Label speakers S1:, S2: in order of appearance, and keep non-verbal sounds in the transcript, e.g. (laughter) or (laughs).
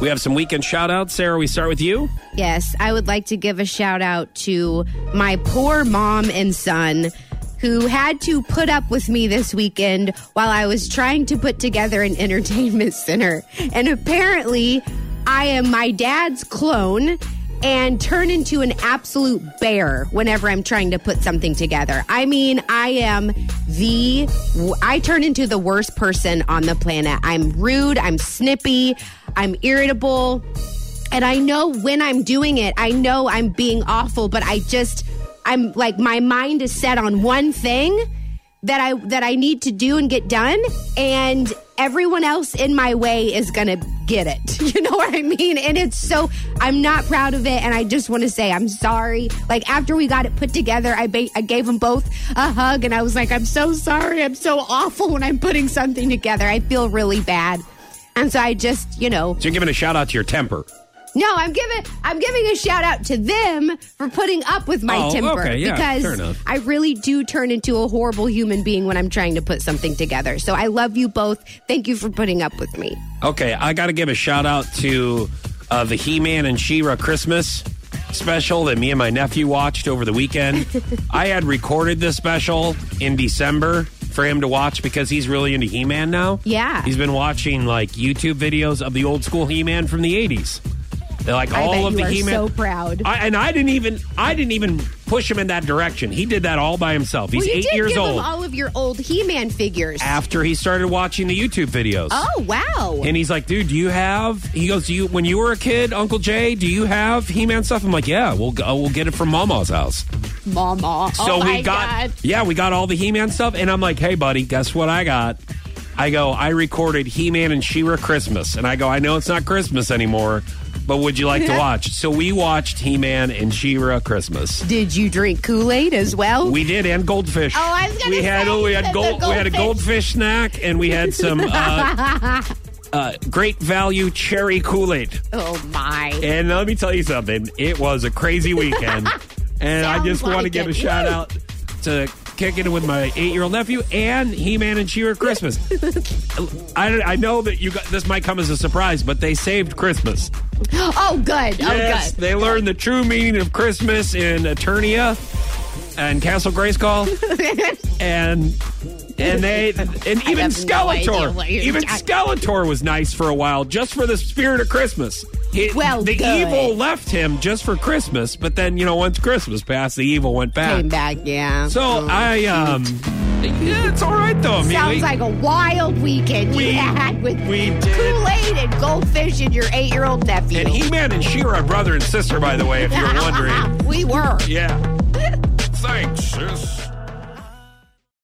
S1: We have some weekend shout outs. Sarah, we start with you.
S2: Yes, I would like to give a shout out to my poor mom and son who had to put up with me this weekend while I was trying to put together an entertainment (laughs) center. And apparently, I am my dad's clone and turn into an absolute bear whenever I'm trying to put something together. I mean, I am the, I turn into the worst person on the planet. I'm rude, I'm snippy, I'm irritable. And I know when I'm doing it, I know I'm being awful, but I just, I'm like, my mind is set on one thing that I that I need to do and get done and everyone else in my way is going to get it. (laughs) You know what I mean? And it's so I'm not proud of it and I just want to say I'm sorry. Like after we got it put together, I ba- I gave them both a hug and I was like I'm so sorry. I'm so awful when I'm putting something together. I feel really bad. And so I just, you know,
S1: So you're giving a shout out to your temper.
S2: no, I'm giving I'm giving a shout out to them for putting up with my
S1: Oh,
S2: temper
S1: okay, yeah, fair
S2: because
S1: enough.
S2: I really do turn into a horrible human being when I'm trying to put something together. So I love you both. Thank you for putting up with me.
S1: Okay, I got to give a shout out to uh, the He Man and She Ra Christmas special that me and my nephew watched over the
S2: (laughs)
S1: weekend. I had recorded this special in December for him to watch because he's really into He Man now.
S2: Yeah.
S1: He's been watching like YouTube videos of the old school He Man from the 80s. They're like
S2: I
S1: all
S2: bet
S1: of
S2: you
S1: the
S2: are
S1: He Man.
S2: so proud.
S1: I, and I didn't even I didn't even push him in that direction. He did that all by himself. He's
S2: well, you
S1: eight
S2: did
S1: years
S2: give
S1: old.
S2: them all of your old He-Man figures.
S1: after he started watching the YouTube videos.
S2: oh wow.
S1: And he's like, dude, do you have? He goes, do you when you were a kid, Uncle Jay, do you have He-Man stuff? I'm like, yeah, we'll go, we'll get it from Mama's house.
S2: Mama.
S1: so
S2: oh my
S1: we got,
S2: God.
S1: yeah, we got all the He-Man stuff, and I'm like, hey, buddy, guess what I got? I go, I recorded He-Man and She-Ra Christmas, and I go, I know it's not Christmas anymore, but would you
S2: (laughs)
S1: like to watch? So we watched He-Man and She-Ra Christmas.
S2: Did you drink Kool-Aid as well?
S1: We did, and goldfish.
S2: Oh, I was gonna
S1: we had
S2: say,
S1: we
S2: you
S1: had
S2: said the
S1: gold, we had a
S2: goldfish.
S1: goldfish snack, and we had some uh,
S2: (laughs)
S1: uh, great value cherry Kool Aid.
S2: oh my.
S1: And let me tell you something, it was a crazy
S2: (laughs)
S1: weekend, and I
S2: Sounds
S1: just want to
S2: like
S1: give a
S2: it.
S1: shout out to kicking it with my eight year old nephew and He Man and She-Ra Christmas.
S2: (laughs)
S1: I, I know that you got this might come as a surprise, but they saved Christmas.
S2: Oh
S1: Yes,
S2: good. oh good.
S1: they learned the true meaning of Christmas in Eternia and Castle
S2: (laughs)
S1: Grayskull, and and they and even
S2: have no
S1: Skeletor,
S2: idea what you're
S1: even
S2: talking-
S1: Skeletor was nice for a while just for the spirit of Christmas. He-
S2: Well,
S1: the
S2: good.
S1: evil left him just for Christmas, but then you know once Christmas passed, the evil went back.
S2: Came back, yeah.
S1: So I um, yeah, it's all right though. I mean,
S2: Sounds
S1: we-
S2: like a wild weekend
S1: We-
S2: you had with
S1: we did.
S2: Kool-Aid and goldfish and your eight-year-old nephew.
S1: and
S2: (laughs)
S1: He Man and She-Ra are
S2: (laughs)
S1: brother and sister, by the way, if you're wondering.
S2: we were.
S1: yeah. Thanks, sis.